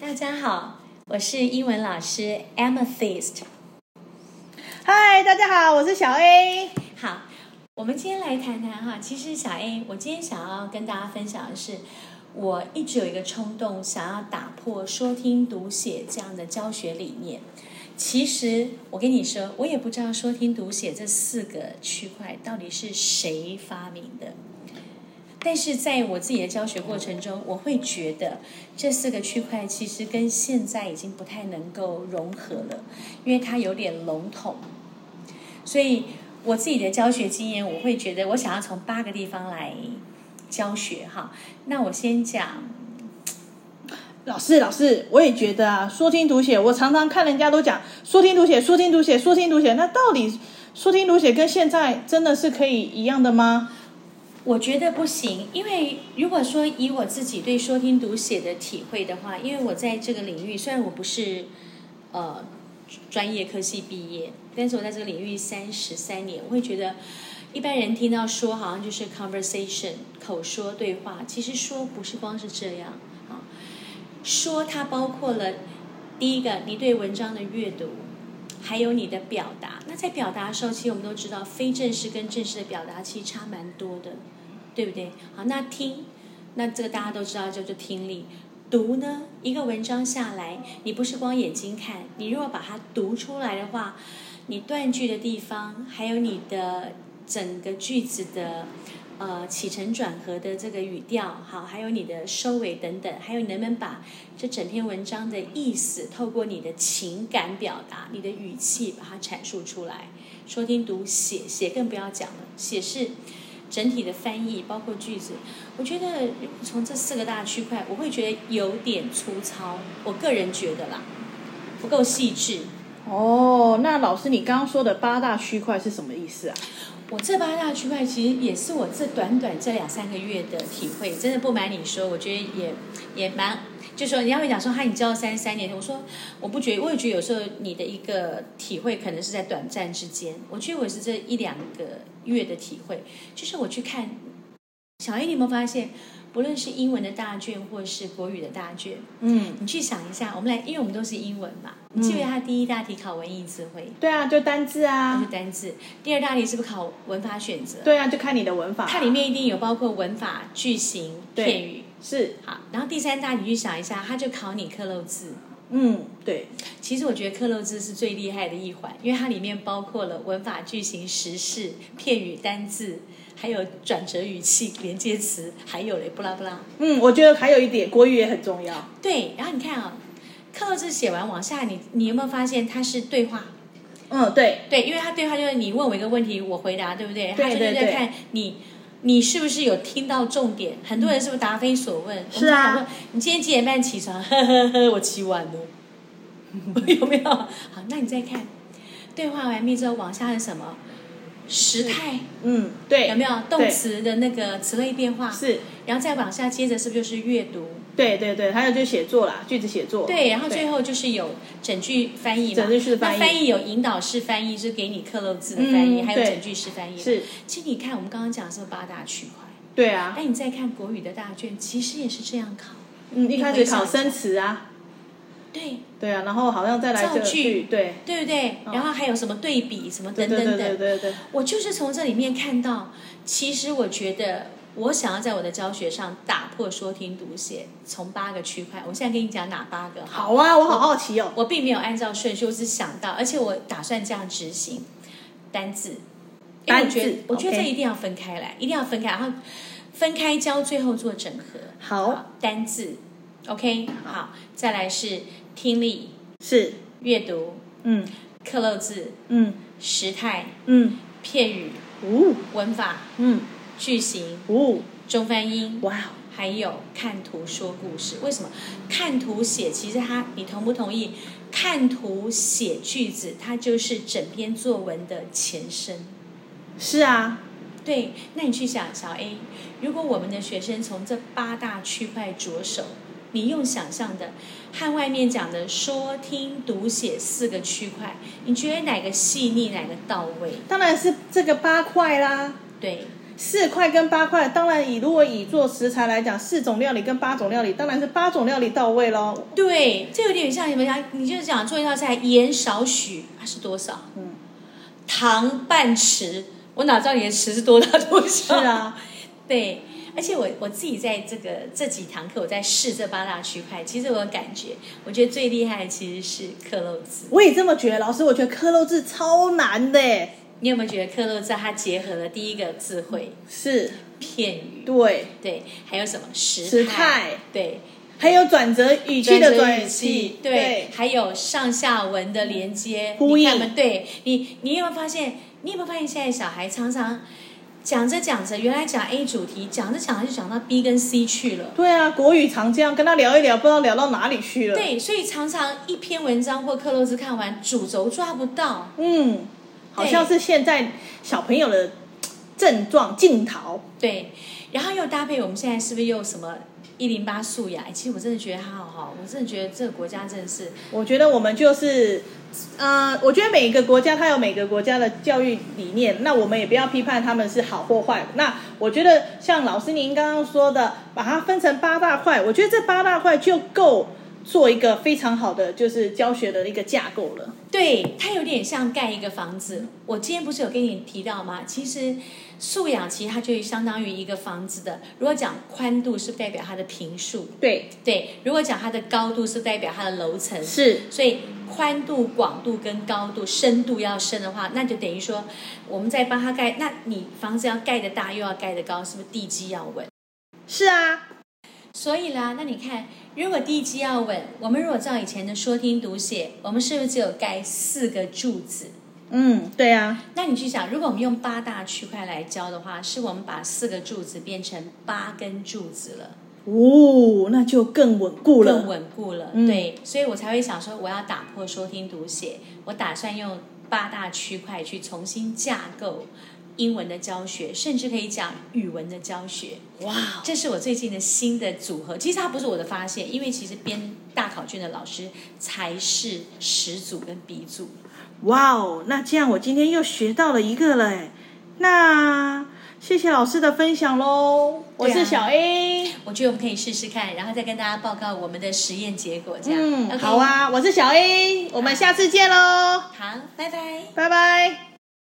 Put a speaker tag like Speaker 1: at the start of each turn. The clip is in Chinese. Speaker 1: 大家好，我是英文老师 Amethyst。
Speaker 2: 嗨，大家好，我是小 A。
Speaker 1: 好，我们今天来谈谈哈，其实小 A，我今天想要跟大家分享的是，我一直有一个冲动，想要打破说听读写这样的教学理念。其实我跟你说，我也不知道说听读写这四个区块到底是谁发明的。但是在我自己的教学过程中，我会觉得这四个区块其实跟现在已经不太能够融合了，因为它有点笼统。所以我自己的教学经验，我会觉得我想要从八个地方来教学哈。那我先讲，
Speaker 2: 老师，老师，我也觉得啊，说听读写，我常常看人家都讲说听读写，说听读写，说听读写，那到底说听读写跟现在真的是可以一样的吗？
Speaker 1: 我觉得不行，因为如果说以我自己对说听读写的体会的话，因为我在这个领域，虽然我不是呃专业科系毕业，但是我在这个领域三十三年，我会觉得一般人听到说好像就是 conversation 口说对话，其实说不是光是这样啊，说它包括了第一个你对文章的阅读，还有你的表达。那在表达的时候，其实我们都知道非正式跟正式的表达其实差蛮多的，对不对？好，那听，那这个大家都知道叫做听力。读呢，一个文章下来，你不是光眼睛看，你如果把它读出来的话，你断句的地方，还有你的整个句子的呃起承转合的这个语调，好，还有你的收尾等等，还有你能不能把这整篇文章的意思，透过你的情感表达、你的语气把它阐述出来。说听读写，写更不要讲了，写是整体的翻译，包括句子。我觉得从这四个大区块，我会觉得有点粗糙，我个人觉得啦，不够细致。
Speaker 2: 哦，那老师，你刚刚说的八大区块是什么意思啊？
Speaker 1: 我这八大区块其实也是我这短短这两三个月的体会，真的不瞒你说，我觉得也也蛮，就说人家会讲说，哈，你教三十三年，我说我不觉得，我也觉得有时候你的一个体会可能是在短暂之间，我觉得我是这一两个月的体会，就是我去看小 A，你有没有发现，不论是英文的大卷或是国语的大卷，
Speaker 2: 嗯，
Speaker 1: 你去想一下，我们来，因为我们都是英文嘛，你记不记得它第一大题考文意词汇？
Speaker 2: 对啊，就单字
Speaker 1: 它是
Speaker 2: 啊，
Speaker 1: 单字，第二大题是不是考文法选择？
Speaker 2: 对啊，就看你的文法。
Speaker 1: 它里面一定有包括文法、句型、
Speaker 2: 对
Speaker 1: 片语。
Speaker 2: 是，
Speaker 1: 好，然后第三大你去想一下，它就考你刻漏字。
Speaker 2: 嗯，对，
Speaker 1: 其实我觉得刻漏字是最厉害的一环，因为它里面包括了文法、句型、时事、片语、单字，还有转折语气、连接词，还有嘞，不拉不拉。
Speaker 2: 嗯，我觉得还有一点，国语也很重要。
Speaker 1: 对，然后你看啊、刻漏字写完往下，你你有没有发现它是对话？
Speaker 2: 嗯，对，
Speaker 1: 对，因为他对话就是你问我一个问题，我回答，对不对？
Speaker 2: 对
Speaker 1: 他就是
Speaker 2: 对
Speaker 1: 在
Speaker 2: 对
Speaker 1: 看你，你是不是有听到重点？很多人是不是答非所问？我
Speaker 2: 是啊
Speaker 1: 们常常说你今天几点半起床？呵呵呵，我起晚了， 有没有？好，那你再看，对话完毕之后往下是什么？时态
Speaker 2: 嗯，对，
Speaker 1: 有没有动
Speaker 2: 对
Speaker 1: 词的那个词类变化？
Speaker 2: 是，
Speaker 1: 然后再往下接着是不是就是阅读？
Speaker 2: 对对对，还有就是写作啦，句子写作。
Speaker 1: 对，然后最后就是有整句翻译嘛，
Speaker 2: 整句式翻译
Speaker 1: 那翻译有引导式翻译，就是给你刻漏字的翻译，
Speaker 2: 嗯
Speaker 1: 还有
Speaker 2: 对
Speaker 1: 整句式翻译。
Speaker 2: 是，
Speaker 1: 其实你看，我们刚刚讲的是八大区块，
Speaker 2: 对啊，
Speaker 1: 哎，你再看国语的大卷，其实也是这样考。
Speaker 2: 嗯，一开
Speaker 1: 你回
Speaker 2: 始考
Speaker 1: 想一
Speaker 2: 生
Speaker 1: 下
Speaker 2: 词啊，
Speaker 1: 对
Speaker 2: 对啊，然后好像再来这个
Speaker 1: 造句
Speaker 2: 句，对，
Speaker 1: 对不对？然后还有什么对比，什么
Speaker 2: 对
Speaker 1: 等
Speaker 2: 嗯对
Speaker 1: 等
Speaker 2: 对对
Speaker 1: 等。
Speaker 2: 对对，
Speaker 1: 我就是从这里面看到，其实我觉得我想要在我的教学上打破说听读写，从八个区块，我现在跟你讲哪八个？
Speaker 2: 好啊，我好好奇哦。
Speaker 1: 我并没有按照顺序，我只想到，而且我打算这样执行。单字，因为我觉
Speaker 2: 单
Speaker 1: 得
Speaker 2: 字
Speaker 1: 我觉得这
Speaker 2: OK
Speaker 1: 一定要分开来，一定要分开，然后分开教，最后做整合。
Speaker 2: 好，
Speaker 1: 单字，OK，好，再来是听力、
Speaker 2: 是，
Speaker 1: 阅读、
Speaker 2: 嗯
Speaker 1: 刻漏字、
Speaker 2: 嗯
Speaker 1: 时态、
Speaker 2: 嗯，
Speaker 1: 片语、
Speaker 2: 呜
Speaker 1: 文法、
Speaker 2: 嗯
Speaker 1: 句型、
Speaker 2: 呜，
Speaker 1: 中翻英，
Speaker 2: 哇哦，
Speaker 1: 还有看图说故事。为什么看图写？其实它，你同不同意？看图写句子，它就是整篇作文的前身。
Speaker 2: 是啊，
Speaker 1: 对，那你去想，小 A，如果我们的学生从这八大区块着手，你用想象的和外面讲的说、听、读、写四个区块，你觉得哪个细腻，哪个到位？
Speaker 2: 当然是这个八块啦。
Speaker 1: 对，
Speaker 2: 四块跟八块，当然以如果以做食材来讲，四种料理跟八种料理，当然是八种料理到位喽。
Speaker 1: 对，这有点像什么呀？你就讲做一道菜，盐少许，它是多少？嗯，糖半匙，我哪知道你的匙是多大多
Speaker 2: 是
Speaker 1: 少？
Speaker 2: 啊，
Speaker 1: 对，而且我我自己在这个这几堂课，我在试这八大区块，其实我有感觉，我觉得最厉害的其实是克漏字。
Speaker 2: 我也这么觉得。老师，我觉得刻肉字超难的耶，
Speaker 1: 你有没有觉得克漏字它结合了第一个智慧、
Speaker 2: 是
Speaker 1: 片语，
Speaker 2: 对，
Speaker 1: 对，还有什么时
Speaker 2: 时态
Speaker 1: 对，
Speaker 2: 还有转折语气的
Speaker 1: 转折语
Speaker 2: 转
Speaker 1: 气
Speaker 2: 气，，
Speaker 1: 对，，还有上下文的连接
Speaker 2: 呼
Speaker 1: 你
Speaker 2: 应
Speaker 1: 看嘛对你，你有没有发现？你有没有发现现在小孩常常讲着讲着，原来讲 A 主题，讲着讲着就讲到 B 跟 C 去了。
Speaker 2: 对啊，国语常这样跟他聊一聊，不知道聊到哪里去了。，
Speaker 1: 对，所以常常一篇文章或克洛兹看完，主轴抓不到。
Speaker 2: 嗯，好像是现在小朋友的症状镜头。
Speaker 1: 对，然后又搭配我们现在是不是又什么一零八素雅？其实我真的觉得它好好，我真的觉得这个国家真的是
Speaker 2: 我觉得我们就是，呃，我觉得每一个国家它有每个国家的教育理念，那我们也不要批判他们是好或坏。那我觉得像老师您刚刚说的，把它分成八大块，我觉得这八大块就够做一个非常好的就是教学的一个架构了。
Speaker 1: 对，它有点像盖一个房子。我今天不是有跟你提到吗？其实素养其实它就相当于一个房子的。如果讲宽度是代表它的平数，
Speaker 2: 对，
Speaker 1: 对；如果讲它的高度是代表它的楼层，
Speaker 2: 是
Speaker 1: 所以宽度、广度跟高度、深度要深的话，那就等于说我们在帮他盖。那你房子要盖得大，又要盖得高，是不是地基要稳？
Speaker 2: 是啊，
Speaker 1: 所以啦，那你看，如果地基要稳，我们如果照以前的说听读写，我们是不是只有盖四个柱子？
Speaker 2: 嗯，对啊，
Speaker 1: 那你去想，如果我们用八大区块来教的话，是我们把四个柱子变成八根柱子了，
Speaker 2: 哦，那就更稳固了。
Speaker 1: 更稳固了。
Speaker 2: 嗯
Speaker 1: 对，所以我才会想说，我要打破说听读写，我打算用八大区块去重新架构英文的教学，甚至可以讲语文的教学。
Speaker 2: 哇，
Speaker 1: 这是我最近的新的组合。其实它不是我的发现，因为其实编大考卷的老师才是始祖跟鼻祖。
Speaker 2: 哇哦，那这样我今天又学到了一个了哎，那谢谢老师的分享喽，我
Speaker 1: 对啊
Speaker 2: 是小 A，、
Speaker 1: 我觉得我们可以试试看，然后再跟大家报告我们的实验结果，这样。
Speaker 2: 嗯，
Speaker 1: OK
Speaker 2: 好。啊，我是小 A，我们下次见喽，
Speaker 1: 好，拜拜。
Speaker 2: 拜拜。